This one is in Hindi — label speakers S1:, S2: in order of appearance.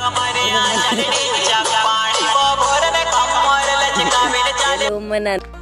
S1: माया चढ़े जापान बबोर ने कमर लचका मेरे चाले
S2: मना